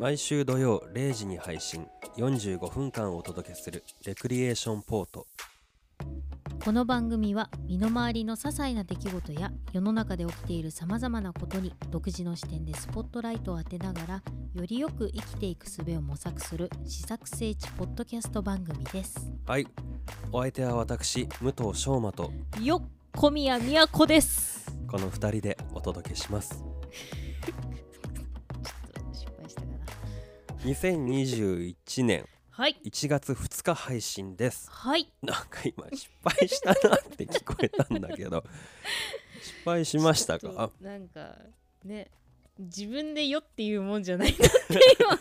毎週土曜0時に配信45分間お届けするレクリエーションポートこの番組は身の回りの些細な出来事や世の中で起きているさまざまなことに独自の視点でスポットライトを当てながらよりよく生きていく術を模索する試作聖地ポッドキャスト番組ですはいお相手は私武藤翔馬とよっ小宮宮子ですこの2人でお届けしますちょっと失敗したかな2021年はい1月2日配信ですはいなんか今失敗したなって聞こえたんだけど失敗しましたちょっとかなんかね自分でよっていうもんじゃないなって今思っ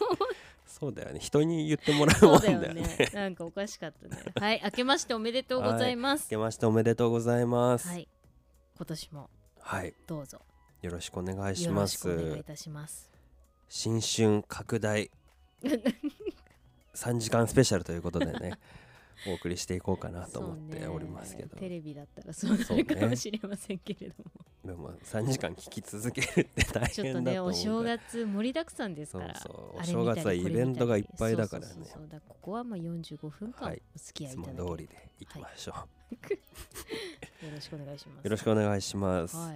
そうだよね人に言ってもらたうそもんうだよだよねね なんかおかしかったねはい明けましておめでとうございま明すけましておめでとうございますはい、今年もはい、どうぞよろしくお願いしよろましくお願いいすたします。新春拡大3時間スペシャルということで ねお送りしていこうかなと思っておりますけそど、うねテレビだったらそうなそうるねかもしれませんけれども、でも3時間聞き続けるって大ちょっと変だねとお思う正んだ月盛りだくさんですそかうらそうおあれ見たり正月はイベントがいっぱいだからねそうそうそうそうだここはもう45分間はおい付いき合いいつたもだけ、通りでいきましょう、よろしくお願いします。よろしくお願いします、は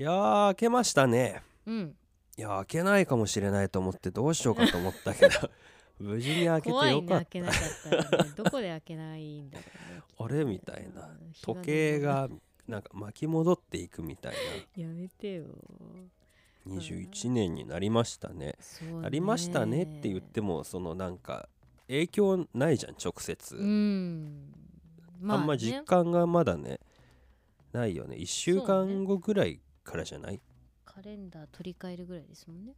い、やー明けましたねうん。いやー明けないかもしれないと思ってどうしようかと思ったけど 無事に開けてよ怖いねかった、開けなかったらねどこで開けないんだろうね。あれみたいなうん時計。日がなんか巻き戻っていくみたいのやめてよ。な21年になりましたねそうねなりましたねって言ってもそのなんか影響ないじゃん直接、うん。まあんま実感がまだねないよね1週間後ぐらいからじゃないカレンダー取り替えるぐらいですもんね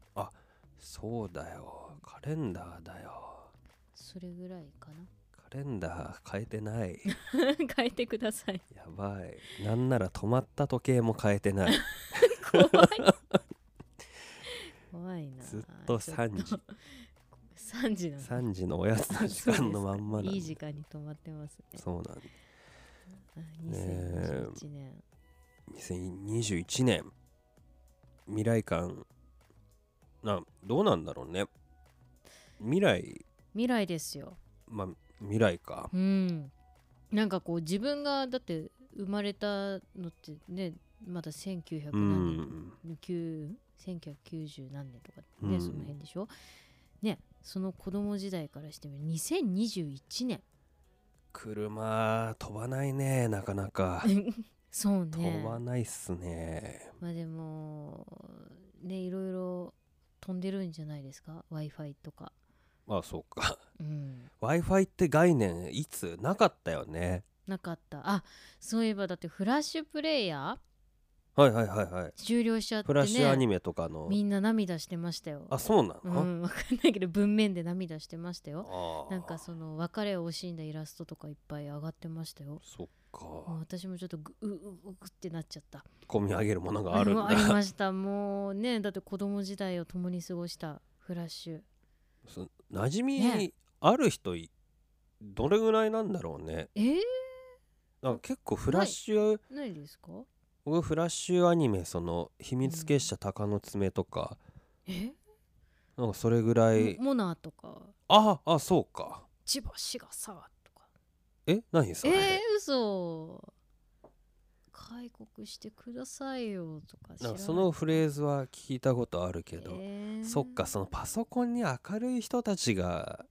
そう,、だよカレンダーだよそれぐらいかカレンダー変えてない な 変えてくださいやばいなんなら止まった時計も変えてない怖い怖いなずっと3時ちょっと3時なの3時のおやつの時間のまんまなんだいい時間に止まってますねそうなんだあえ2021年2021年未来感などうなんだろうね未来未来ですよまあ未来かうんなんかこう自分がだって生まれたのってねまだ1900う何年ん9 1990何年とかね、うんその辺でしょねその子供時代からしてみる2021年車飛ばないねなかなかそうね飛ばないっすねまあでもねいろいろ飛んでるんじゃないですか w i f i とか、あそうか うん、 w i f i って概念いつなかったよねなかったあそういえばだってフラッシュプレイヤはいはいはいはいー終了しちゃって、ね、フラッシュアニメとかの、みんな涙してましたよあそうなうの、んわかんないけど文面で涙してましたよあーなんかその別れを惜しんだイラストとかいっぱい上がってましたよそっもうか私もちょっとぐううううってなっちゃった込み上げるものがあるんもう ありだましたもうねだって子供時代を共に過ごしたフラッシュ そ馴染みねある人いどれぐらいなんだろうねえー、なんか結構フラッシュ、ないですか僕フラッシュアニメその秘密結社鷹の爪とか、え、なんかそれぐらい、モモナーとかああそうか千葉志賀沢とかえ何そえれ、ー、嘘開国してくださいよとか知なんらないかそのフレーズは聞いたことあるけど、えーそっかそのパソコンに明るい人たちが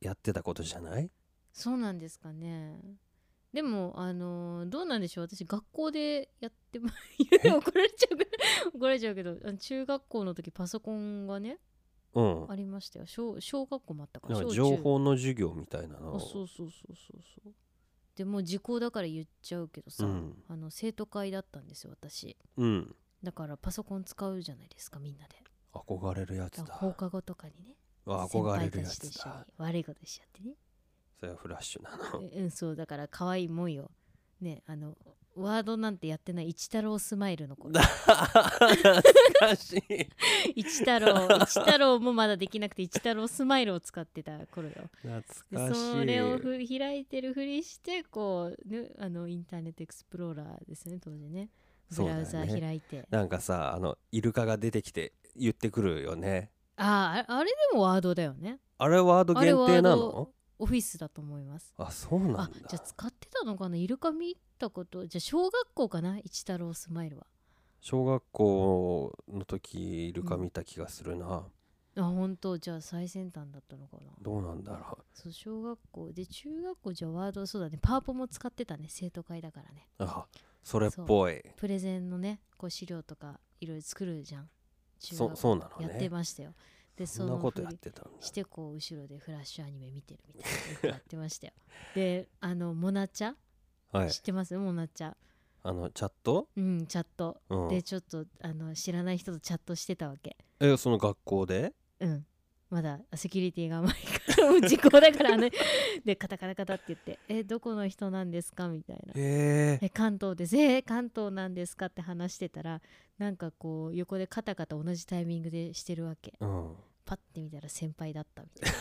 やってたことじゃないそうなんですかねでもあのーどうなんでしょう私学校でやっ てまえ怒られちゃうけど怒られちゃうけどあの中学校の時パソコンがねうんありましたよ小小学校もあったからなん小か中情報の授業みたいなのあそうそうそうそうそうでもう時効だから言っちゃうけどさ、うんあの生徒会だったんですよ私うんだからパソコン使うじゃないですかみんなで憧れるやつだだから放課後とかにねあ先憧れ輩るたやちとつ一緒だに悪いことしちゃっ てねそれはフラッシュなのえうんそうだから可愛いもんよねあのワードなんてやってない一太郎スマイル の頃懐かしい一太郎一太郎もまだできなくて一太郎スマイルを使ってた頃よ懐でかしいそれをふ開いてるふりしてこう、ね、あのインターネットエクスプローラーですね当時ねそブうだよねラウザー開いて、なんかさあのイルカが出てきて言ってくるよねあーああれでもワードだよねあれワード限定なのオフィスだと思いますあそうなんだあじゃあ使ってたのかなイルカ見たことじゃあ小学校かな一太郎スマイルは小学校の時イルカ見た気がするな、あ本当じゃあ最先端だったのかなどうなんだろそう小学校で中学校じゃワードそうだねパーポも使ってたね生徒会だからねうあそれっぽいプレゼンのねこう資料とかいろいろ作るじゃん中そ学校そうなのやってねましたよでそんなのことふやっりてたんだしてこう後ろでフラッシュアニメ見てるみたいなことやってましたよであのモナチャ、はい知ってますモナチャあのチャット、うんチャット、うん、でちょっとあの知らない人とチャットしてたわけえその学校でうんまだセキュリティが甘いからもう時効だから ねでカタカタカタって言って「えどこの人なんですか?」みたいなへええ関東ですえー関東なんですかって話してたらなんかこう横でカタカタ同じタイミングでしてるわけうんパッて見たら先輩だったみたい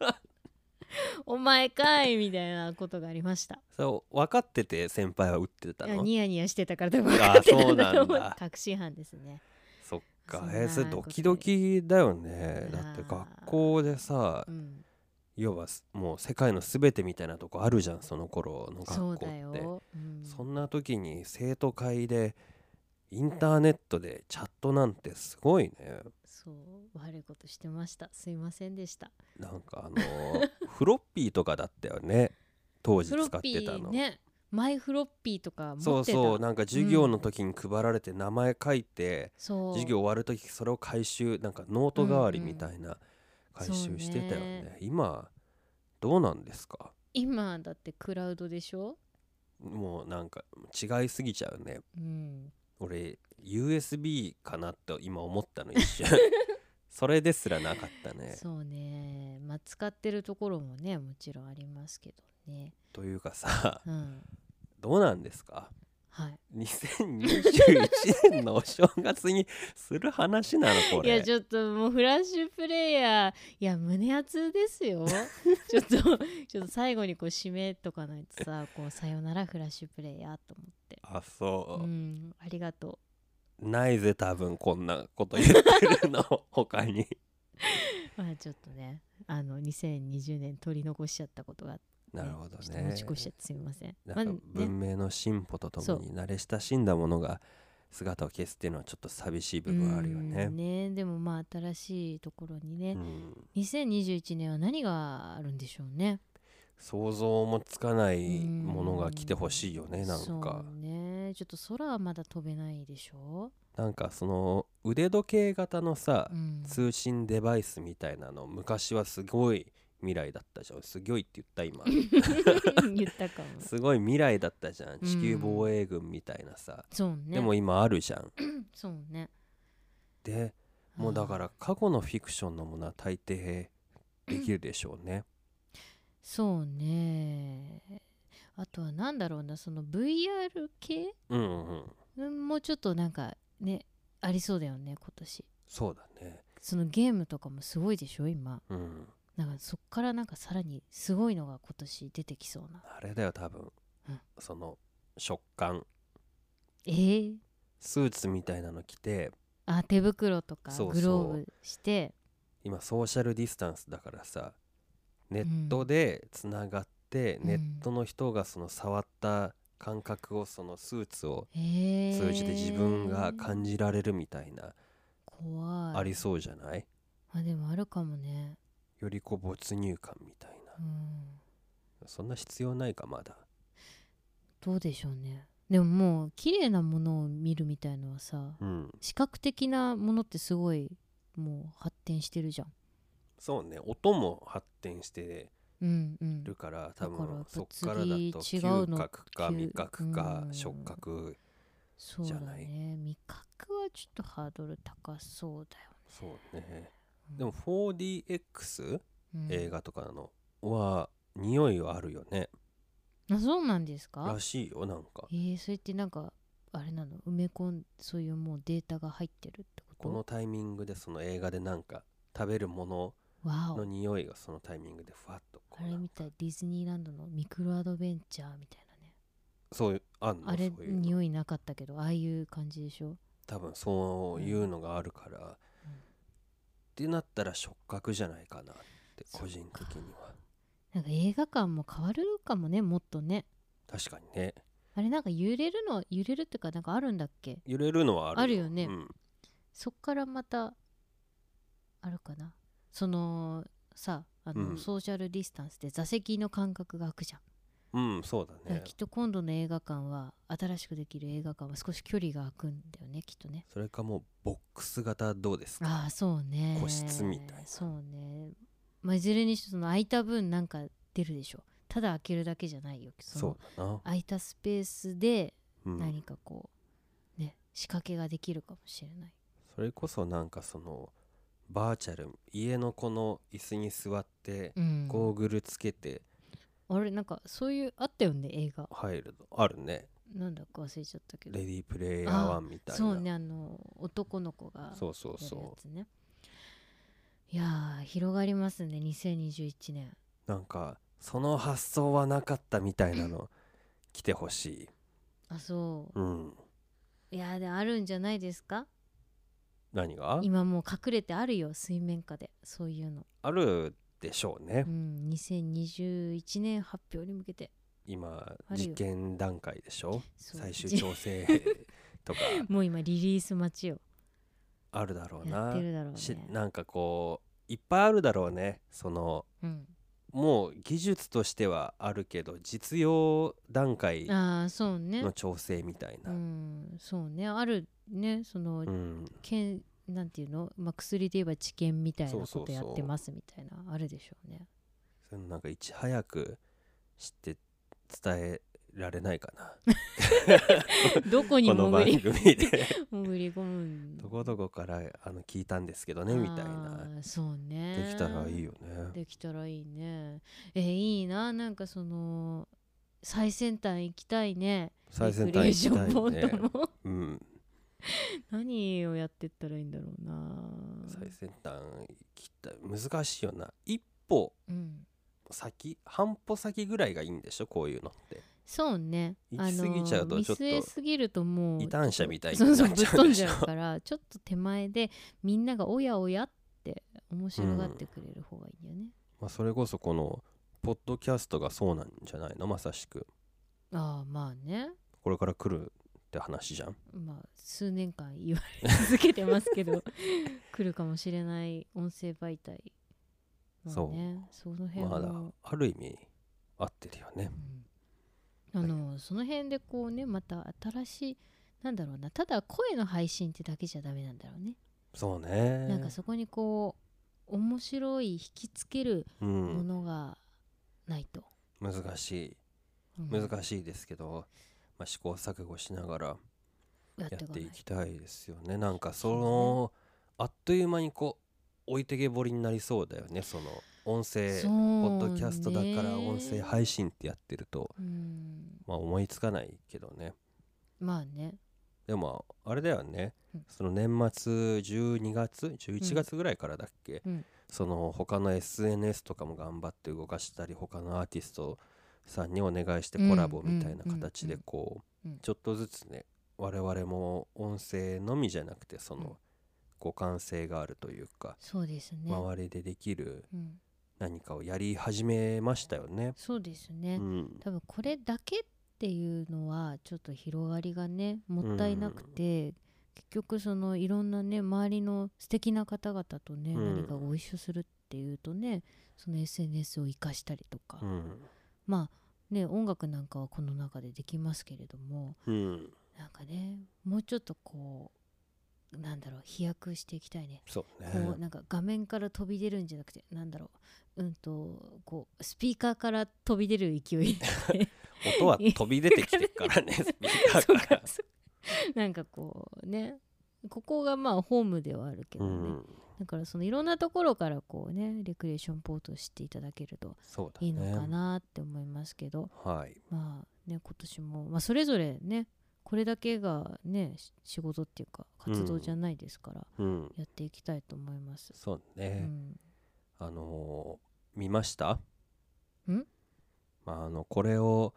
な お前かいみたいなことがありましたそう分かってて先輩は打ってたいやのニヤニヤしてたからでも分かってたんだと思そううなんだ確信犯ですねそっそかんなえそれドキドキだよねことだでって学校でさうん要はすもう世界の全てみたいなとこあるじゃんその頃の学そ校っうてだよ、うん、そんな時に生徒会でインターネットでチャットなんてすごいねそう悪いことしてましたすいませんでしたなんかあの ーフロッピーとかだったよね当時フ使ロっッピてたーの、ねマイフロッピーとか持ってたそうそうなんか授業の時に配られて名前書いて、そう授業終わる時それを回収なんかノート代わりみたいな回収してたよね,、そうね今どうなんですか今だってクラウドでしょもうなんか違いすぎちゃうねうん俺 USB かなと今思ったの一 瞬それですらなかったねそうね、まあ、使ってるところもねもちろんありますけどね、というかさうん、どうなんですかはい2021年のお正月にする話なのこいれやちょっともうフラッシュプレイヤーいや胸熱ですよ ちょっとちょっと最後にこう締めとかないとさこうさよならフラッシュプレイヤーと思ってあそうう、んありがとないぜ多分こんなこと言ってる の他にうまあちょっとねあの2020年取り残しちゃったことがあってなるほどちょっとね持ち越しちゃってすみませんなんまかあね文明の進歩とともに慣れ親しんだものが姿を消すっていうのはちょっと寂しい部分はあるよねうんねでもまあ新しいところにね、うん2021年は何があるんでしょうね想像もつかないものが来てほしいよねなんかそうねちょっと空はまだ飛べないでしょ、なんかその腕時計型のさうん、 通信デバイスみたいなの昔はすごい未来だったじゃんすごいって言った 今言ったかもすごい未来だったじゃんうん地球防衛軍みたいなさ、そうねでも今あるじゃんそうねでもうだからら過去のフィクションのものは大抵できるでしょうね、そうねあとはなんだろうなその VR 系うん、うんうんうんもうちょっとなんかねありそうだよね今年そうだねそのゲームとかもすごいでしょ今うんなんかそっからなんかさらにすごいのが今年出てきそうなあれだよ多分、うんその食感えー、スーツみたいなの着てあ手袋とかそうそうグローブして今ソーシャルディスタンスだからさネットでつながって、うんネットの人がその触った感覚をそのスーツをえー通じて自分が感じられるみたいな、怖いありそうじゃないあでもあるかもねよりこう没入感みたいなうんそんな必要ないかまだどうでしょうねでももう綺麗なものを見るみたいのはさうん視覚的なものってすごいもう発展してるじゃんそうね音も発展してうんうんるから多だからやっ分ぱそっからだと次違う嗅の覚か嗅味覚かうん触覚そうだじゃないね味覚はちょっとハードル高そうだよそうねうんでも 4DX うん映画とかのは匂いはあるよねあそうなんですからしいよなんかえー、それってなんかあれなの埋め込んそういうもうデータが入ってるってこことのタイミングでその映画でなんか食べるものわおの匂いがそのタイミングでふわっとこあうれなんみかたいディズニーランドのミクロアドベンチャーみたいなねそういうあんのあれそういうの匂いなかったけどああいう感じでしょ多分そういうのがあるから、うんってなったら触覚じゃないかなってそっか個人的にはなんか映画館も変わるかもねもっとね確かにねあれなんか揺れるの揺れるっていうかなんかあるんだっけ揺れるのはあるあるよねうんそっからまたあるかなそのさあの、うんソーシャルディスタンスで座席の間隔が空くじゃん、うん、そうだだからねきっと今度の映画館は新しくできる映画館は少し距離が空くんだよねきっとねそれかもうボックス型どうですかああそうね個室みたいなそうねまあいずれにしろその空いた分なんか出るでしょただ開けるだけじゃないよそのそうだな、空いたスペースでうん、何かこう、ね仕掛けができるかもしれないそれこそなんかそのバーチャル家のこの椅子に座ってうんゴーグルつけてあれなんかそういうあったよね映画入るのあるねなんだか忘れちゃったけどレディープレイヤー1みたいなそうねあの男の子がそうそうやるやそつねいやー広がりますね2021年うなんかその発想はなかったみたいなの来てほしいあそううんいやーであるんじゃないですか何が今もう隠れてあるよ水面下でそういうの、あるでしょうね、うん、2021年発表に向けて今あるよ実験段階でしょそう最終じ調整とかもう今リリース待ちをあるだろう やっなてるだろうしねなんかこういっぱいあるだろうねそのうんもう技術としてはあるけど実用段階ああそうねの調整みたいうな、んそうねあるねその、うん、けんなんていうの、まあ、薬で言えば治験みたいなそこうそとうやそうってますみたいなあるでしょうね そういうのなんかいち早く知って伝えられないかなどこにこの潜番り組で 潜り込むんどこどこからあの聞いたんですけどねみたいなあーそうねできたらいいよねできたらいいねえいいななんかその最先端行きたいね最先端行きたレクいリエーションねボードもうん 何をやってったらいいんだろうな最先端切った難しいよな一歩うん先半歩先ぐらいがいいんでしょこういうのってそうね行き過ぎちゃうとあのちょっと見据えすぎるともう異端者みたいにそうそうなっぶちっゃう飛んでしじょゃうからちょっと手前でみんながおやおやって面白がってくれる方がいいんだよね、まあ、それこそこのポッドキャストがそうなんじゃないのまさしくああまあねこれから来るって話じゃんまあ数年間言われ続けてますけど 来るかもしれない音声媒体まあねその辺まは、だある意味合ってるよねうん、あのその辺でこうねまた新しいなんだろうなただ声の配信ってだけじゃダメなんだろうね、そうねなんかそこにこう面白い引きつけるうもんのがないと、難しいうん難しいですけど、まあ、試行錯誤しながらややってっいかてないいきたいですよねなんかそそうねのあっという間にこう置いてけぼりになりそうだよねその音声そうポッドキャストだからね音声配信ってやってると、うんまあ、思いつかないけどねまあねでもあれだよね、うんその年末12月11月ぐらいからだっけ、うんその他の SNS とかも頑張って動かしたり他のアーティストさんにお願いしてコラボみたいな形でこううんうんうんちょっとずつね我々も音声のみじゃなくてそうんの互換性があるというかそうですね、周りでできるうん、何かをやり始めましたよね。そうですうね、ん、多分これだけっていうのはちょっと広がりがねもったいなくて、結局そのいろんなね周りの素敵な方々とね、うん何かご一緒するっていうとねその SNS を生かしたりとか、うんまあね音楽なんかはこの中でできますけれどもうん、なんかねもうちょっとこうなんだろう飛躍していきたいねそうこねう。なんか画面から飛び出るんじゃなくてなんだろううんとこうスピーカーから飛び出る勢い音は飛び出てきてるから ねスピーカそうーかかそうなんかこうねここがまあホームではあるけら。うどね、ん、だからそのいろんなところからこうねレクリエーションポートしていただけるとそうだね。いいのかなって思いますけど、はい。まあね今年も、まあ、それぞれねこれだけがねし仕事っていうか活動じゃないですから、うん、やっていきたいと思います。そううね。ん、あのー見ましたんまあ、あのこれを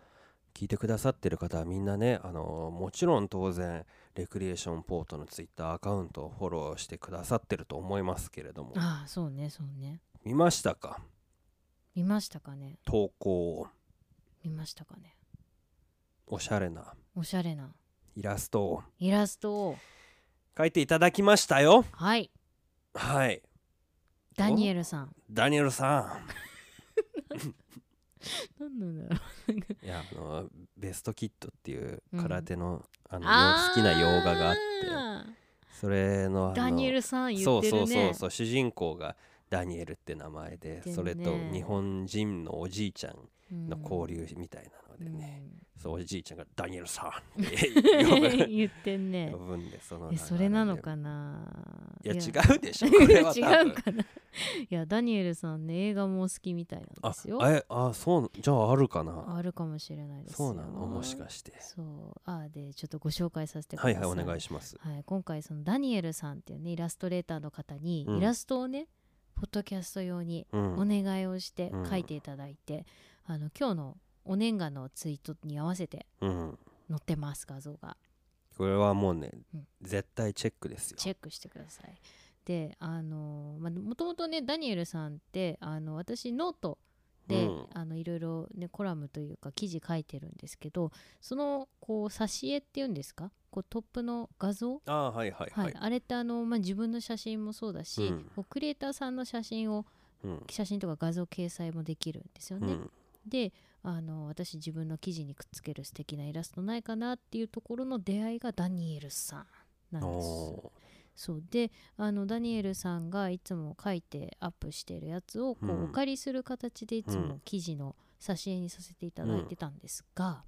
聞いてくださってる方はみんなね、あのーもちろん当然レクリエーションポートのツイッターアカウントをフォローしてくださってると思いますけれどもああそうねそうね見ましたか見ましたかね投稿を見ましたかねおしゃれなおしゃれなイラストをイラストを書いていただきましたよはいはいダニエルさんダニエルさ何なんだろんいやあのベストキットっていううん空手の,、あうの好きな洋画があってそれのあのダニエルさん言そっうてそるうそねうそう主人公がダニエルって名前で、でねそれと日本人のおじいちゃんうんの交流みたいなので ね、そうおじいちゃんがダニエルさんってうん呼ぶ 言ってんね呼ぶ んでそのえそれなのかなないいや違ううで しょこれは違多う分かない やダニエルさんね映画もお好きみたいなんあですよあえあそうじゃああるかなあるかもしれないですよそうなのもしかしてそうあでちょっとご紹介させてくだはさいいはいお願いしますはい、今回そのダニエルさんっていうねイラストレーターの方にうんイラストをね、ポッドキャスト用にうんお願いをしてうん書いていただいて、あの今日のお年賀のツイートに合わせてうん載ってます画像がこれはもうねうん絶対チェックですよチェックしてくださいであのーまあもともとねダニエルさんってあの私ノートで、うんあのいろいろねコラムというか記事書いてるんですけどそのこう挿絵っていうんですかこうトップの画像ああはいはいはいはいあれってあの、まあ、自分の写真もそうだし、うんこうクリエイターさんの写真をうん写真とか画像掲載もできるんですようね。んであの私自分の記事にくっつける素敵なイラストないかなっていうところの出会いがダニエルさんなんです。おそうであのダニエルさんがいつも書いてアップしてるやつをこううんお借りする形でいつうもん記事の挿絵にさせていただいてたんですが、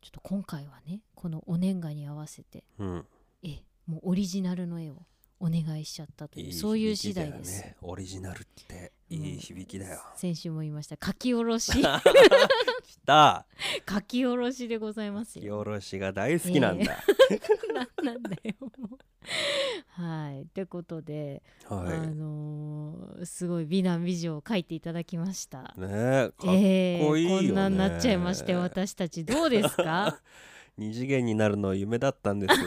ちょっと今回はねこのお年賀に合わせてーうんえもうオリジナルの絵をお願いしちゃったといういいそういう響次きだよ第です、ねオリジナルってうんいい響きだよ、先週も言いました書き下ろ しきた書き下ろしでございま書すきよ下ろしが大好きなんだ、ななんだよもうはいってことで、あはいのーすごい美男美女を描いていただきました。ねえかっえこいいよねこんなんなっちゃいまして私たちどうで すか二次元になるの夢だったん ですよ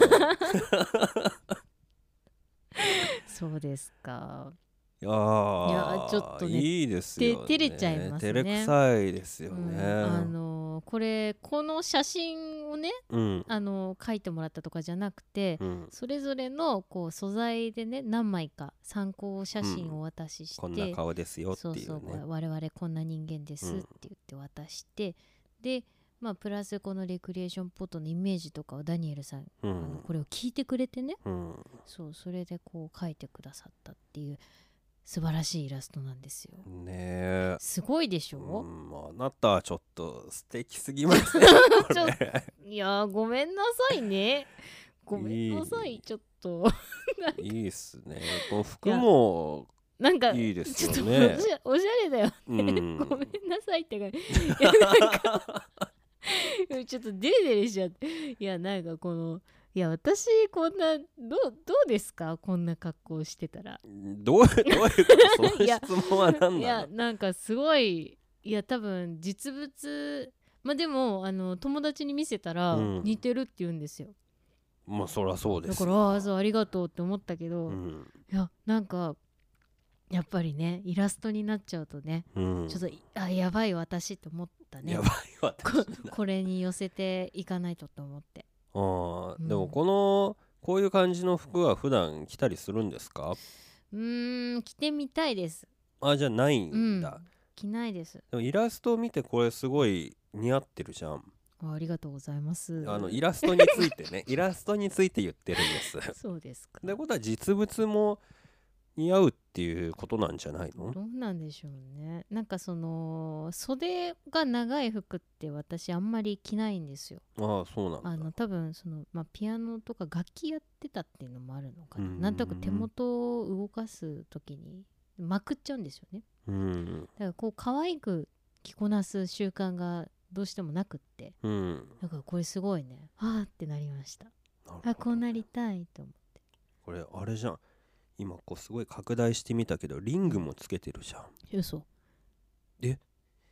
そうですかいやーいやちょっとねいいですよねて照れちゃいます照ねれくさいですよね、うんあのーこれこの写真をね、うんあのー描いてもらったとかじゃなくて、うんそれぞれのこう素材でね何枚か参考写真をお渡しして、こんな顔ですよってそういそううこねれ我々こんな人間ですっうんて言って渡して、でまあプラスこのレクリエーションポットのイメージとかをダニエルさん、うあのんこれを聞いてくれてねうんそうそれでこう書いてくださったっていう素晴らしいイラストなんですよ。ねえすごいでしうょ、ん、あなたはちょっと素敵すぎますね こちょれいやーごめんなさいね ごめんなさいいいちょっと いいっすねこの服もなんかいいですよねちょっとおしゃおしゃれだよ、うん ごめんなさいって感じいやなんかちょっとデレデレしちゃっていやなんかこのいや私こんなどうどうですかこんな格好してたら どうどういうことそいやの質問は何いなやのなんかすごいいや多分実物まあでもあの友達に見せたらうん似てるって言うんですよ、まあそりゃそうでだすかよらああーそうありがとうって思ったけど、ういんやなんかやっぱりねイラストになっちゃうとね、うんちょっとあやばい私って思ったねやばい私こ これに寄せていかないとと思ってあうんーでもこのこういう感じの服は普段着たりするんですかうーん着てみたいですあじゃあないうんんだ、着ないですでもイラストを見てこれすごい似合ってるじゃんあありがとうございますあのイラストについてね イラストについて言ってるんです そうですかってことは実物も似合うっていうことなんじゃないのどうなんでしょうねなんかその袖が長い服って私あんまり着ないんですよああそうなあんだの多分その、まあ、ピアノとか楽器やってたっていうのもあるのかなうんなんとなく手元を動かす時にまくっちゃうんですよねうんだからこう可愛く着こなす習慣がどうしてもなくってうんだからこれすごいねあーってなりましたなるほどあこうなりたいと思ってこれあれじゃん今こうすごい拡大してみたけどリングもつけてるじゃん嘘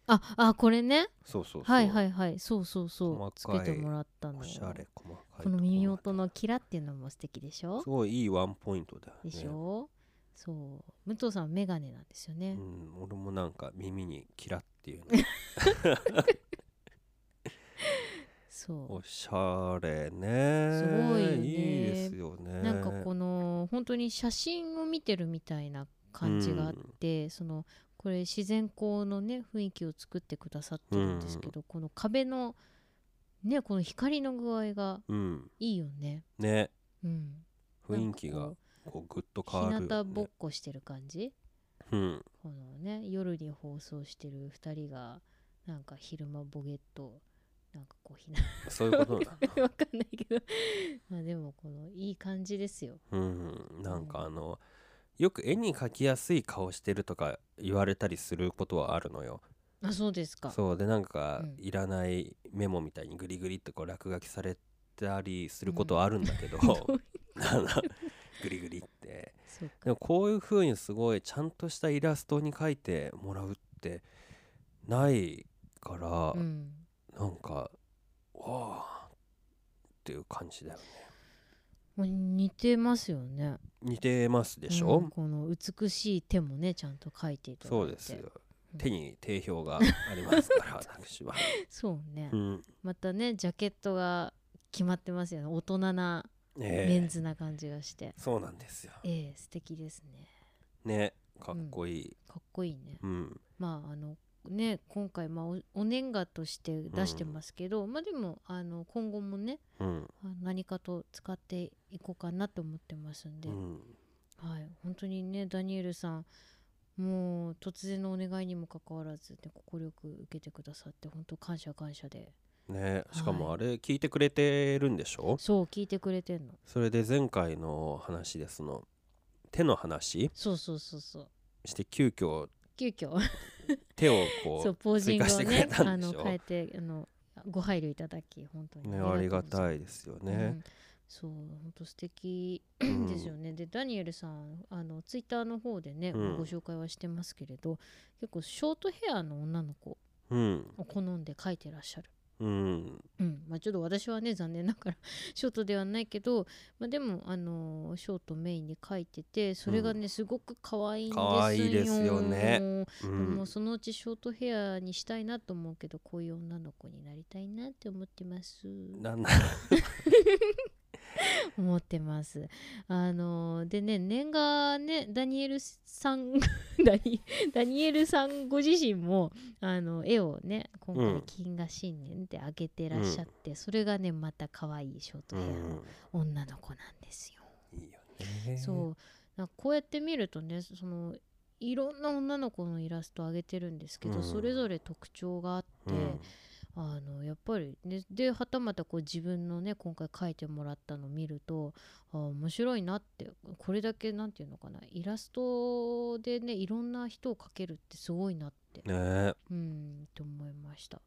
ああこれねそうそうそうはいはいはいそうそうそうつ細かけいてもらったのおしゃれ細かいこの耳元とこのキラっていうのも素敵でしまょですごいいいワンポイントだよねでしょそう武藤さんはメガネなんですようねん俺もなんか耳にキラって いうねそおしゃれねすごいよねいいですよねうなんかこの本当に写真を見てるみたいな感じがあってそのこれ自然光のね雰囲気を作ってくださってるんですけどこの壁のねこの光の具合がうんいいよねねうん雰囲気ながんかこうぐっと変こわうるよね、日向ぼっこしてる感じうんこのね夜に放送してる2人がなんか昼間ボゲットなんかこうひなそういうことな わかんないけどまあでもこのいい感じですよ うんなんかあのよく絵に描きやすい顔してるとか言われたりすることはあるのよあそうですかそうでなんか、うんいらないメモみたいにグリグリってこう落書きされたりすることはあるんだけど、 あのグリグリってそうかでもこういう風にすごいちゃんとしたイラストに描いてもらうってないから、うんなんかわあっていう感じだよねもう似てますよね似てますでしょ、うんこの美しい手もねちゃんと描いていただそういてですようん手に定評がありますから私は、 そうね、うんまたねジャケットが決まってますよね大人なええメンズな感じがして、そうなんですよええ素敵ですねねかっこいい、かっこいいねうんまああのね今回まあおお年賀として出してますけど、まあでもあの今後もねうんあ何かと使っていこうかなと思ってますんで、うんはい本当にねダニエルさんもう突然のお願いにもかかわらずね快、く受けてくださって本当感謝感謝でねしかもはあれ聞いてくれてるんでしょ、そう聞いてくれてんのそれで前回の話でその手の話そうそうそうそうして急遽急遽手をそうこポージング追を加してねくれたあんでのしょ変えてあのご配慮いただき本当うにねありがいたいですようね、んそう本当素敵うんですよね、でダニエルさんあのツイッターの方でね、うんご紹介はしてますけれど結構ショートヘアの女の子うんを好んで描いてらっしゃる、うんうんまあ、ちょっと私はね残念ながら ショートではないけど、まあ、でもあのーショートメインに描いててそれがね、すごく可愛いんですよ可愛いですよねうでもんそのうちショートヘアにしたいなと思うけどこういう女の子になりたいなって思ってます。なんだ 思ってます。あのでね年賀ねダニエルさん ダニダニエルさんご自身もあの絵をね今う回ん金河新年であげてらっしゃって、それがねまた可愛いショートうヘアのん女の子なんですよ。いいよねそうなんかこうやって見るとねそのいろんな女の子のイラストあげてるんですけど、うんそれぞれ特徴があって、うんあのやっぱりねではたまたこう自分のね今回書いてもらったのを見るとあー面白いなってこれだけなんていうのかなイラストでねいろんな人を描けるってすごいなって、ねうんと思いました。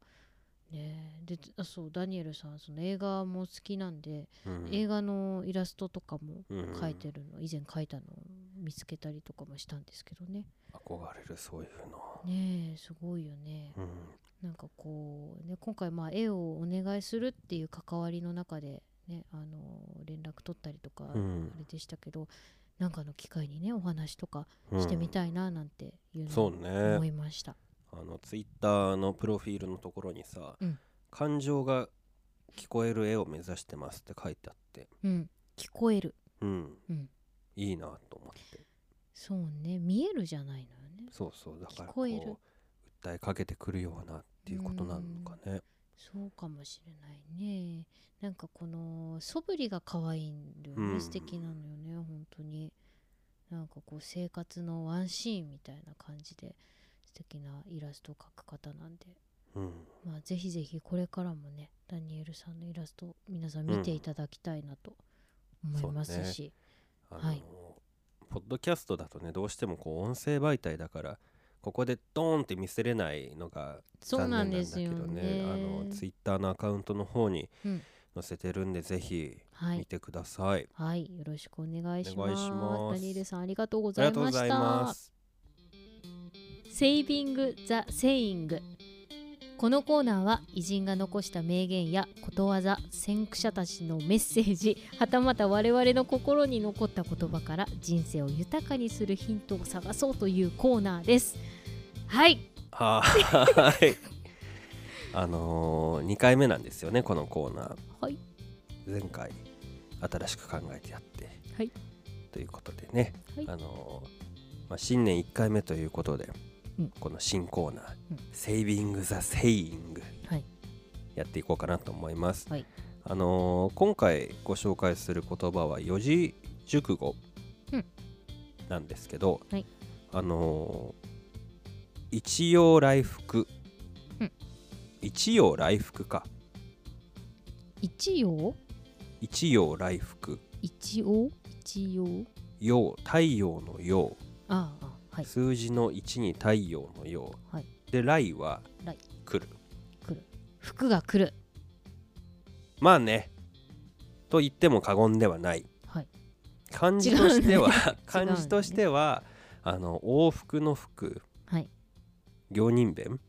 ねえ、であそうダニエルさんその映画も好きなんで、うん映画のイラストとかもうん描いてるの、以前描いたのを見つけたりとかもしたんですけどね憧れるそういうの、ねえすごいよね。うんなんかこう、ね、今回まあ絵をお願いするっていう関わりの中で、ね、あの連絡取ったりとかあうんれでしたけど、なんかの機会にねお話とかうんしてみたいななんていうのそうを思ねいました。あのツイッターのプロフィールのところにさ、うん感情が聞こえる絵を目指してますって書いてあってうん、聞こえる、うんうん、いいなと思ってそうね見えるじゃないのよね。そうそうだから聞こえるう訴えかけてくるようなっていうことなのかねそうかもしれないね。なんかこの素振りが可愛いんだよね、うん素敵なのよね本当に。なんかこう生活のワンシーンみたいな感じで素敵なイラストを描く方なんで、うん、まあ、ぜひぜひこれからもねダニエルさんのイラストを皆さん見ていただきたいなと思いますし、あのはいポッドキャストだとねどうしてもこう音声媒体だからここでドーンって見せれないのがそう残念ななんんでだすけよどねね。あのツイッターのアカウントの方にうん載せてるんで、ぜひは見い、てくださいはい、よろしくお願いしお願まいすしますダニエルさんありがとうごあざりがいとうごましざた。いますセイビング・ザ・セイングこのコーナーは偉人が残した名言やことわざ先駆者たちのメッセージはたまた我々の心に残った言葉から人生を豊かにするヒントを探そうというコーナーですはいはーい あのー、2回目なんですよねこのコーナーはい前回新しく考えてやって、はいということでね、はいあのーまあ、新年1回目ということで、うんこの新コーナーうん「セイビング・ザ・セイングはい」やっていこうかなと思います、はいあのー今回ご紹介する言葉は四字熟語うんなんですけど、はいあのー一陽来福、うん一陽来福か一応一陽来福一応一応陽太陽の陽あああはい数字の1に太陽の陽、はいで来は来来る来る服が来るまあねと言っても過言ではないはい漢字としては、違漢字としては、あの往復の服はい行人弁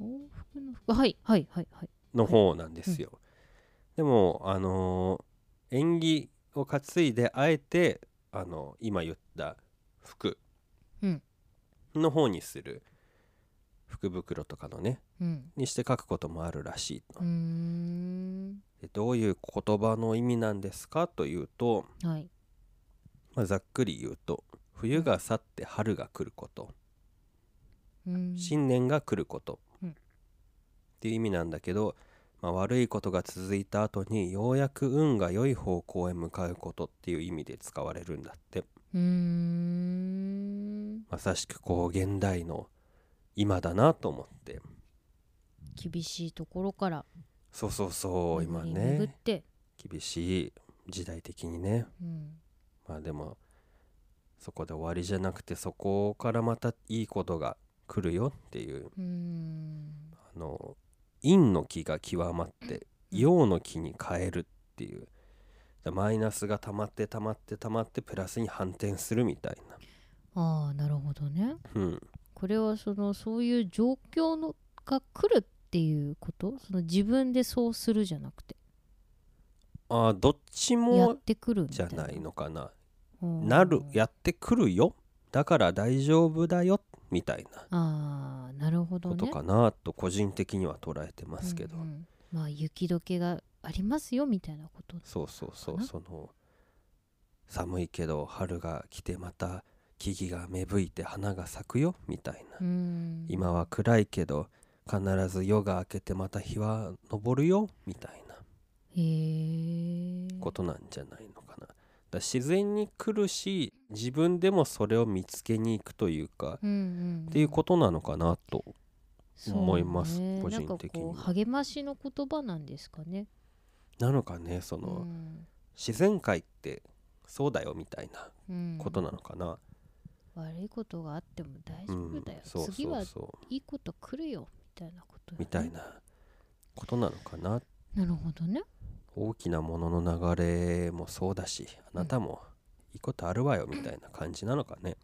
お服の服はいはいはいはいの方なんですよ、でもあのー縁起を担いであえてあの今言った服うんの方にする福袋とかのねうんにして書くこともあるらしいとうーんでどういう言葉の意味なんですかというと、はいまあ、ざっくり言うと冬が去って春が来ることうーん新年が来ること、うんっていう意味なんだけど、まあ、悪いことが続いた後にようやく運が良い方向へ向かうことっていう意味で使われるんだってうーんまさしくこう現代の今だなと思って厳しいところからそうそうそう今巡り巡っねて、厳しい時代的にねうん、まあでもそこで終わりじゃなくてそこからまたいいことが来るよっていううーんあの陰の気が極まってうん陽の気に変えるっていうだマイナスが溜まって溜まって溜まってプラスに反転するみたいな、ああなるほどねうん、これはそのそういう状況のが来るっていうことその自分でそうするじゃなくてあーどっちやっもてくるみじたゃいなないのかなうんなるやってくるよだから大丈夫だよみたいなああなるほどこねとかなと個人的には捉えてますけど、うんうんまあ雪解けがありますよみたいなことそうそうそかうなその寒いけど春が来てまた木々が芽吹いて花が咲くよみたいな、うん今は暗いけど必ず夜が明けてまた日は昇るよみたいなへえことなんじゃないのかな。だ自然に来るし自分でもそれを見つけに行くというか、うんうんんっていうことなのかなと思いますそうね個人的になんはかこう励ましの言葉なんですかね、なのかねそうの、ん自然界ってそうだよみたいなうんことなのかな。悪いことがあっても大丈うん夫だよ、そう次そはうそういいこと来るよみたいなことだね、みたいなことなのかななるほどね大きなものの流れもそうだしあなたもいいことあるわよみたいな感じなのかね。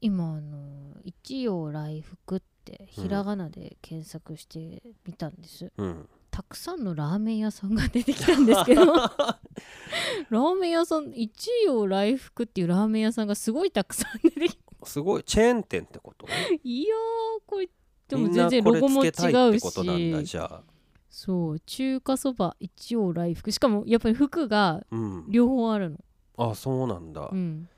今あの「一陽来福」ってうんひらがなで検索してみたんです、うん、たくさんのラーメン屋さんが出てきたんです けど ラーメン屋さん一陽来福っていうラーメン屋さんがすごいたくさん出てきてすごいチェーン店ってこといやーこれ でも全然ロゴも違みんなこれつけたいっうてことなんだしじゃあ、そう中華そば一応来福しかもやっぱり服がうん、両方あるのあそうなんだ、うん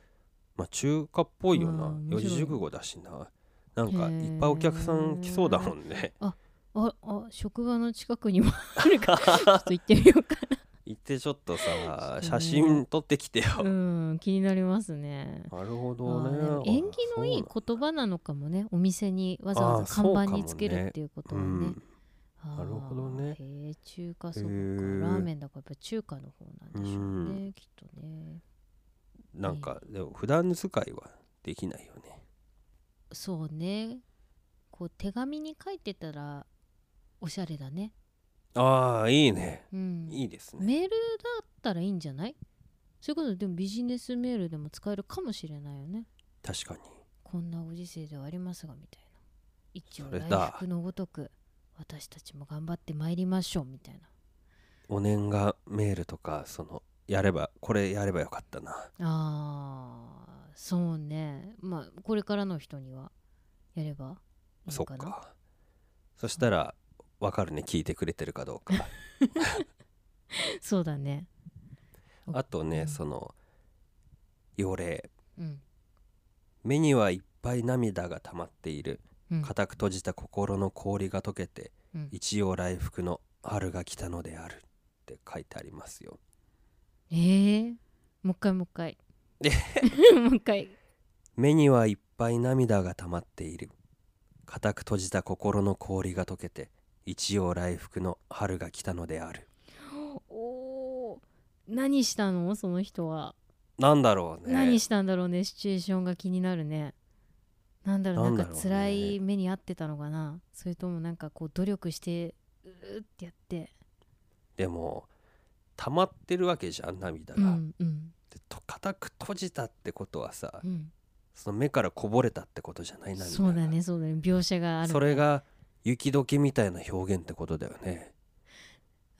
まあ中華っぽいようなん四面白い字熟語だしななんかへーいっぱいお客さん来そうだもん ねああ職場の近くにもある からちょっと行ってみようか行ってちょっとさちょっと写ね真撮ってきてよ、うん気になりますねなるほあどーねでも縁起のいい言葉なのかもねお店にわざわざあーそ看うか板もねにつけるっていうことうはねんあーなるほどねへえ中華そばかへラーーメンだからやっぱ中華の方なんでしょうね、きっとねなんかでも普段使いはできないよねそうねこう手紙に書いてたらおしゃれだねああいいねうんいいですねメールだったらいいんじゃないそういうことでもビジネスメールでも使えるかもしれないよね確かにこんなご時世ではありますがみたいな一応それ来だ福のごとく私たちも頑張ってまいりましょうみたいお年賀メールとかそのやればこれやればよかったななあーそうねまあこれからの人にはやればいいそのっかなかそしたらわかるね聞いてくれてるかど うかそうだねあとね、うんそのよれうん、目にはいっぱい涙が溜まっているうん、固く閉じた心の氷が溶けてうん一応来福の春が来たのであるって書いてありますよえー、もう一回もう一回 もう一回目にはいっぱい涙が溜まっている固く閉じた心の氷が溶けて一応来福の春が来たのであるおー何したのその人は、なんだろうね何したんだろうねシチュエーションが気になるねなんだろなうなんんだろうねか辛い目に遭ってたのかなそれともなんかこう努力してうーってやってでも溜まってるわけじゃん涙うが、んうんでと固く閉じたってことはさ、うんその目からこぼれたってことじゃない涙がそうだねそうだね描写があるそれが雪解けみたいな表現ってことだよね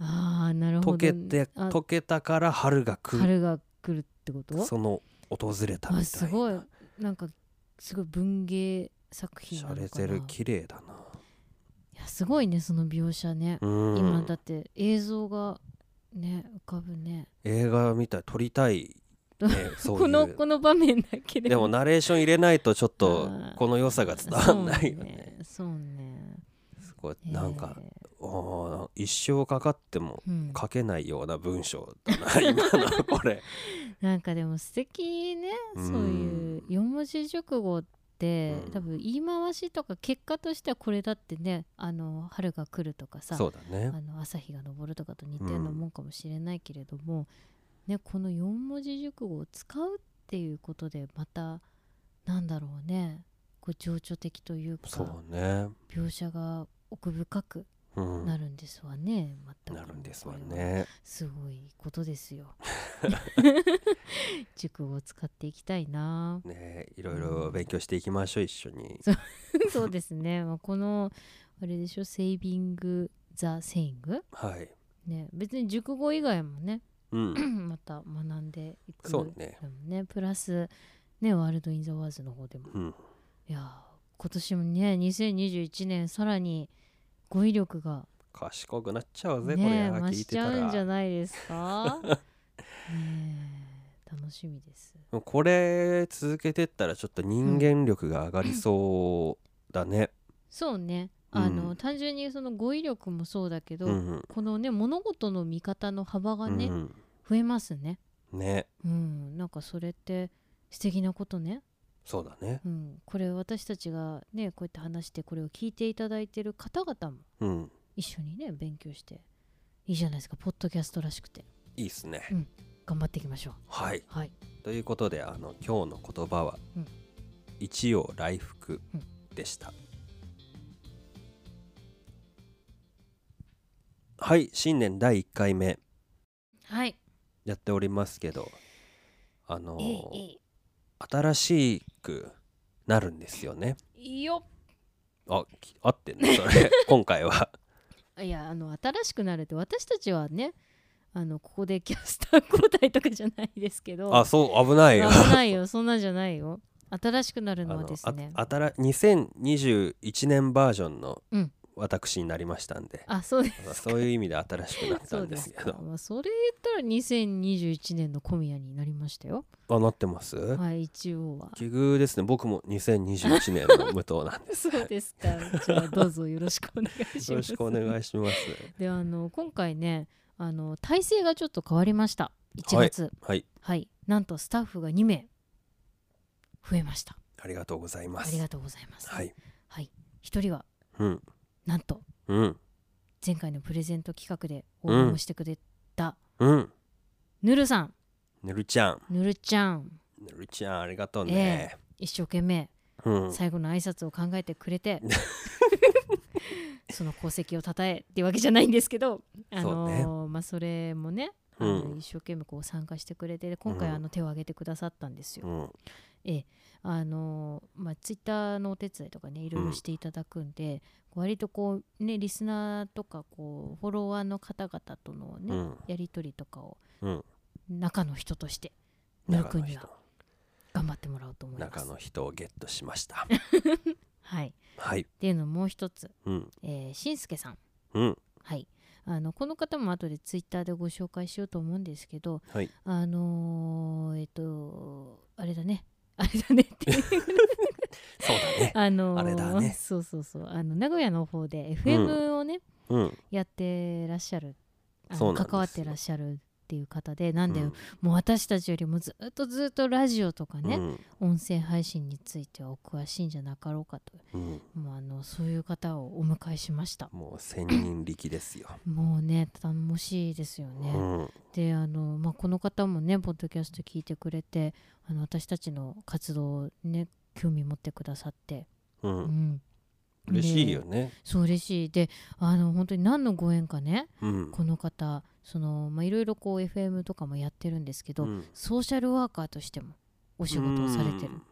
ああなるほ溶どけてあ溶けたから春が来る春が来るってことその訪れたみたいあなすごいなんかすごい文芸作品しなゃのかなれてる綺麗だいやすごいねその描写ね、なうん今だって映像がね浮かぶね映画みたい撮りたい、 ね、そういうこのこの場面だけででもナレーション入れないとちょっとあーこの良さが伝わんないよねそうねすごいそうねなんか、えーおー一生かかってもうん、書けないような文章だ な今のこれなんかでも素敵ねそういう四文字熟語って、うん多分言い回しとか結果としてはこれだってねあの春が来るとかさそうだねあの朝日が昇るとかと似たようなもんかもしれないけれども、ね、この四文字熟語を使うっていうことでまたなんだろうねこう情緒的というかそうね描写が奥深くうんなるんですわね、全くなるんですわこれはねすごいことです よ熟語を使っていきたい なねいろいろ勉強していきましょう一緒にそそうですね、まあ、このあれでしょ「セービング・ザ・セイングはい」ね別に熟語以外もね うんまた学んでいくそうねのもねプラスねワールド・イン・ザ・ワーズの方でもうんいやー今年もね2021年さらに語彙力が賢くなっちゃうぜこれねや増聞いしてちたゃうんじゃらないです かねえ楽しみですこれ続けてったらちょっと人間力が上がりそうだねそうねあの、うん単純にその語彙力もそうだけど、うんうんこのね物事の見方の幅がね、うん増えますねうんねうんなんかそれって素敵なことねそうだねうん、これ私たちがねこうやって話してこれを聞いていただいてる方々もうん一緒にね勉強していいじゃないですかポッドキャストらしくていいっすね頑張っていきましょうはいはいということであの今日の言葉はうん「一応来福うん」でした、はい新年第1回目はいやっておりますけどあのえい新しくなるんですよねえいいよあき合ってんねそれ 今回はいやあの新しくなるって私たちはねあのここでキャスター交代とかじゃないですけどあそう危ないよ危ないよそんなんじゃないよ新しくなるのはですねあたら2021年バージョンのうん私になりましたんで、あそうですまあそういう意味で新しくなったそうんでですすけかど、まあ、それ言ったら2021年の小宮になりましたよあなってます、はい一応は奇遇ですね僕も2021年の無党なんで すそうですか。じゃあどうぞよろしくお願いします。よろしくお願いしますであの今回ねあの体制がちょっと変わりました。1月はい、はいなんとスタッフが2名増えました。ありがとうございまあすりがとうございます。はいはい、一人はうんなんとうん前回のプレゼント企画で応募してくれた、うんぬるさん、ぬるちゃんぬるちゃんぬるちゃんありがとうね、一生懸命うん最後の挨拶を考えてくれ てその功績をたたえってわけじゃないんですけど、あのーそうまあ、それもねあのうん一生懸命こう参加してくれてで今回うんあの手を挙げてくださったんですよ。うんええあのまあ、ツイッターのお手伝いとかねいろいろしていただくんで、割とこうねリスナーとかこうフォロワーの方々とのね、うんやり取りとかをうん中の人としてぬる中くのには人頑張ってもらおうと思いま中す。の人をゲットしました はい、っはいていうのもう一つ、うんえー、しんすけさんうんはい、あのこの方も後でツイッターでご紹介しようと思うんですけど、はいあのーえっとあれだねあれだねってい うそうだねあのーあれだねそうそうそうあの名古屋の方で FM をね、うんやってらっしゃるあのそうなんですよ関わってらっしゃるっていう方でなんで、うんもう私たちよりもずっとずっとラジオとかうね、ん音声配信についてはお詳しいんじゃなかろうかとうんもうあのそういう方をお迎えしましたもう千人力ですよもうね頼もしいですよね、うんであの、まあ、この方もねポッドキャスト聞いてくれてあの私たちの活動をね興味持ってくださって、ううんん、嬉しいよねそう嬉しいであの本当に何のご縁かねうんこの方そのまあいろいろこう FM とかもやってるんですけど、うんソーシャルワーカーとしてもお仕事をされてるう、ん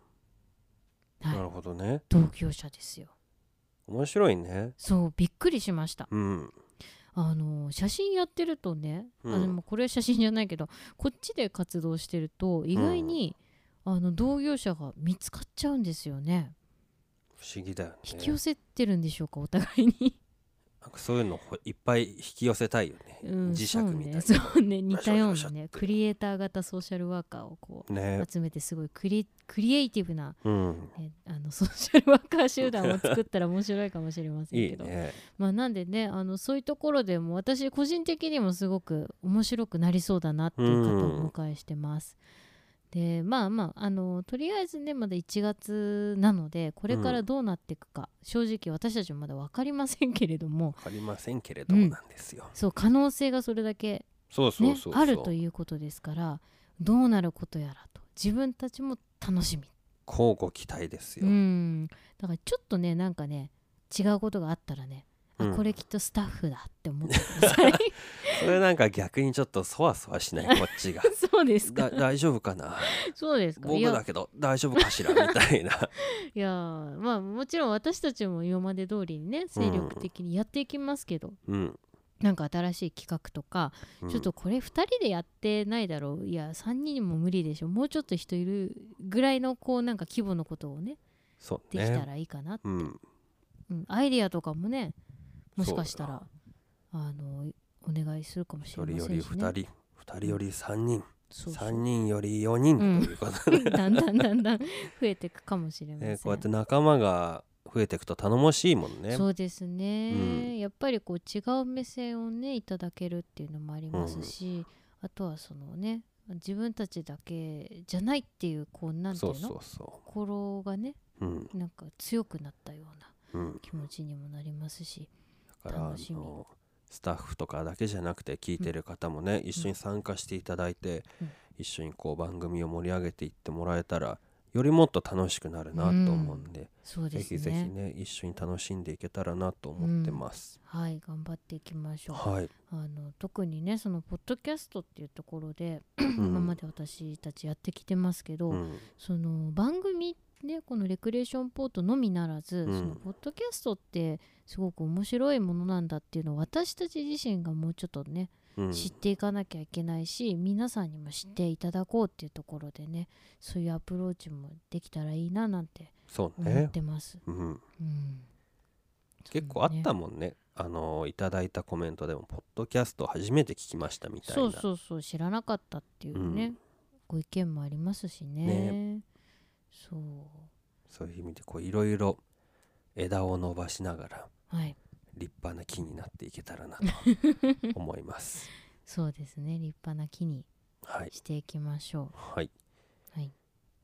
なはるい、ほどね同業者ですよ面白いねそうびっくりしましたうんあの写真やってるとね、うあんでもこれは写真じゃないけどこっちで活動してると意外に、あの同業者が見つかっちゃうんですよね不思議だよね引き寄せてるんでしょうかお互い に、なんかそういうのほいっぱい引き寄せたいよね、うん、磁石みたいそうねそうね似たようよいしょなよいしょっねてクリエイター型ソーシャルワーカーをこうなね集めてすごいクリクリエイティブな、うんね、あのソーシャルワーカー集団を作ったら面白いかもしれませんいけいどねまあなんでねあのそういうところでも私個人的にもすごく面白くなりそうだなっていう方をお迎えしてます。でまあまああのとりあえずねまだ1月なのでこれからどうなっていくか、正直私たちもまだ分かりませんけれど もわかりませんけれどもなんですよ、そう可能性がそれだけ、そうそね、うそうそう、あるということですからどうなることやらと自分たちも楽しみ乞うご期待ですよ、うんだからちょっとねなんかね違うことがあったらね、あうんこれきっとスタッフだって思ってくださいそれなんか逆にちょっとそわそわしないこっちが そうですかだ大丈夫かなそうですかい僕やだけど大丈夫かし らみたいないやまあもちろん私たちも今まで通りにね精力的にやっていきますけど、うん、なんか新しい企画とか、うんちょっとこれ2人でやってないだろういや3人も無理でしょもうちょっと人いるぐらいのこうなんか規模のことをねそうでねきたらいいかなって、うんうんアイディアとかもねもしかしたそうらあのお願いするかもしれ一人ませんし、ね、より二人二人より三人そうそう 三人より四人とうんいうことで、だんだんだんだん増えていくかもしれません、ね、こうやって仲間が増えていくと頼もしいもんねそうですね、うんやっぱりこう違う目線をねいただけるっていうのもありますし、あとはそのね自分たちだけじゃないっていうこうなんていうそうのそうそ心がねううんなんか強くなったようなうん気持ちにもなりますしだからあ楽しみのスタッフとかだけじゃなくて聞いてる方もね、一緒に参加していただいて、うん一緒にこう番組を盛り上げていってもらえたらよりもっと楽しくなるなと思うんで、そうでぜすねひぜひね一緒に楽しんでいけたらなと思ってます。はい頑張っていきましょう、はい、あの特にねそのポッドキャストっていうところで、うん今まで私たちやってきてますけど、うんその番組ねこのレクリエーションポートのみならず、うんそのポッドキャストってすごく面白いものなんだっていうのを私たち自身がもうちょっとね、うん知っていかなきゃいけないし皆さんにも知っていただこうっていうところでねそういうアプローチもできたらいいななんてそう思っね、てます。うん、うん結構あったんもんねあのいただいたコメントでも「ポッドキャスト初めて聞きました」みたいなそうそうそう知らなかったっていうね、うんご意見もありますしねそうそういう意味でこういろいろ枝を伸ばしながらはい立派な木になっていけたらなと思い ます。そうですね立派な木にはい、していきましょはい、うはい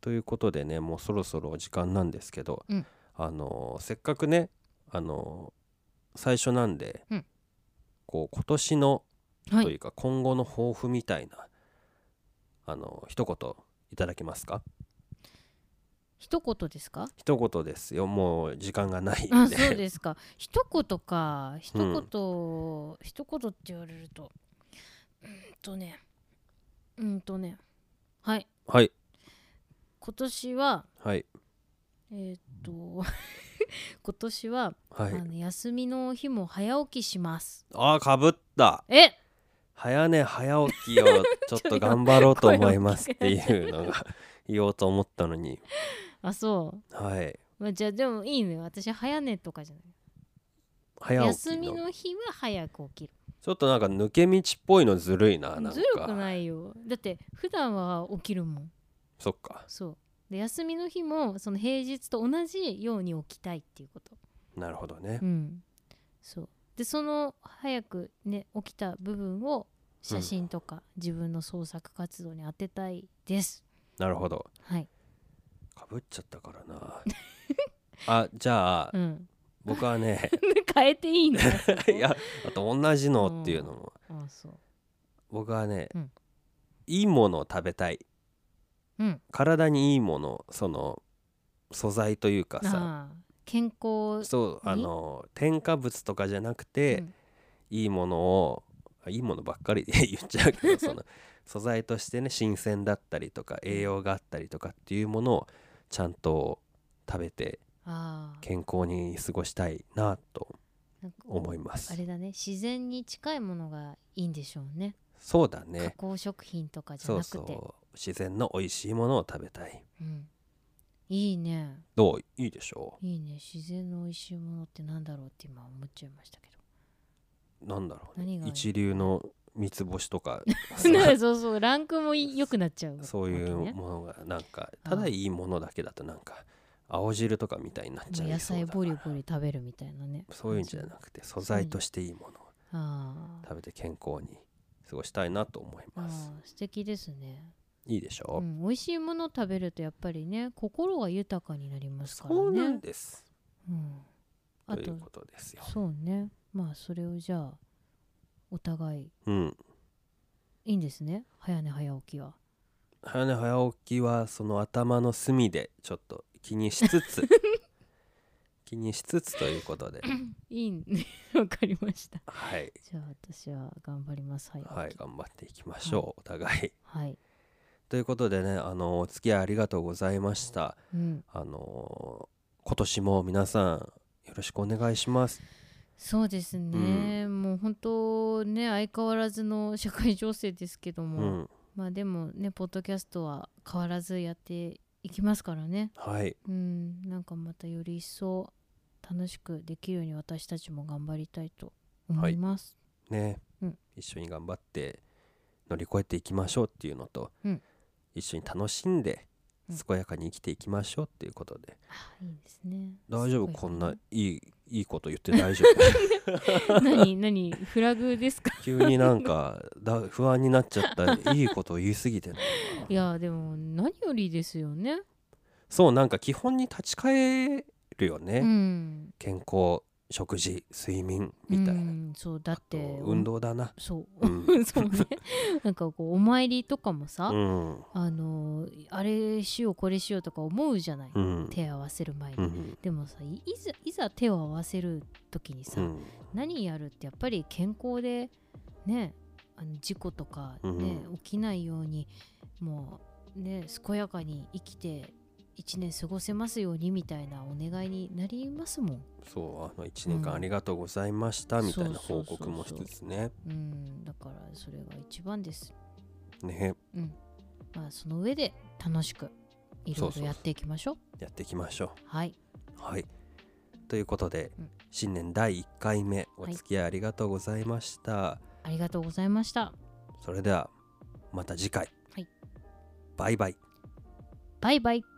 ということでねもうそろそろお時間なんですけど、うんあのーせっかくね、あのー最初なんで、うんこう今年のはというか今後の抱負みたいな、あのー一言いただけますか一言ですか一言ですよもう時間がないあんでそうですか一言か一言、一言って言われるとうんとねうんとねはいはい今年ははいえーっと 今年は、はいあの休みの日も早起きしますあーかぶったえ早寝早起 きをちょっと頑張ろうと思いますっていうのが言おうと思ったのにあそはい。う、まあ、じゃあでもいいね私早寝とかじゃない早起休きみのの日は早く起きるちょっとなんか抜け道っぽいのずるいななんかずるくないよだって普段は起きるもんそっかそうで休みの日もその平日と同じように起きたいっていうことなるほどねうんそうでその早くね起きた部分を写真とか自分の創作活動に当てたいです、なるほどはい、かぶっちゃったから なあじゃあ、うん、 僕はね変えていい のいやあと同じのっていうのもあそう僕はね、うんいいものを食べたいうん体にいいものその素材というかさああ健康そうあの添加物とかじゃなくて、うんいいものをあいいものばっかりで言っちゃうけど その素材としてね新鮮だったりとか栄養があったりとかっていうものをちゃんと食べてああ健康に過ごしたいなとなんか思いますあれだね自然に近いものがいいんでしょうねそうだ加ね工食品とかじゃそなうくてそう自然の美味しいものを食べたいうん、いいねどういいでしょいいね自然の美味しいものってなんだろうって今思っちゃいましたけどうなんだろう、何がいい 一流の三つ星とかそうそうランクもい良くなっちゃうわけね、そういうものがなんかただいいものだけだとなんか青汁とかみたいになっちゃもうい野そうだ菜からボリボリ食べるみたいなねそういうんじゃなくて素材としていいものをあー食べて健康に過ごしたいなと思いあます。ー素敵ですね、いいでしょうう、ん、美味しいものを食べるとやっぱりね心が豊かになりますからねそうなんです。うんあといとうことですよ。そうねまあそれをじゃあお互いうん。いいんですね早寝早起きは早寝早起きはその頭の隅でちょっと気にしつ つ気にしつつということで、いいね わかりましたはいじゃあ私は頑張ります早起きはい頑張っていきましょうお互い。はい、ということでねあのお付き合いありがとうございました。うん、あの今年も皆さんよろしくお願いします。そうですね、もう本当ね相変わらずの社会情勢ですけどうも、ん、まあでもねポッドキャストは変わらずやっていきますからねはいうんなんかまたより一層楽しくできるように私たちも頑張りたいと思います、ね、うん一緒に頑張って乗り越えていきましょうっていうのと、うん一緒に楽しんでうん健やかに生きていきましょうっていうことで、あいいですね大丈夫すごいこんないいいいこと言って大丈 夫何何フラグですか急になんかだ不安になっちゃったいいこと言いすぎてんのかないやでも何よりですよねそうなんか基本に立ち返るよね、うん健康食事睡眠みたいな、うんそうだって運動だなそううん そうねなんかこうお参りとかもさ、うんあのーあれしようこれしようとか思うじゃない、うん 手合わせる前に、うんでもさいいざいざ手を合わせる時にさ、うん何やるってやっぱり健康でねあの事故とか、ねうん起きないようにもうね健やかに生きて1年過ごせますようにみたいなお願いになりますもん、そうあの1年間ありがとうございましたみたいな報告もしつつね。うん、だからそれが一番です、ねうんまあ、その上で楽しくいそろうそういろそうやっていきましょうやっていきましょはい、う。はいということで、うん新年第1回目おはい付き合いありがとうございました。ありがとうございましたそれではまた次回、はいバイバイ。バイバイ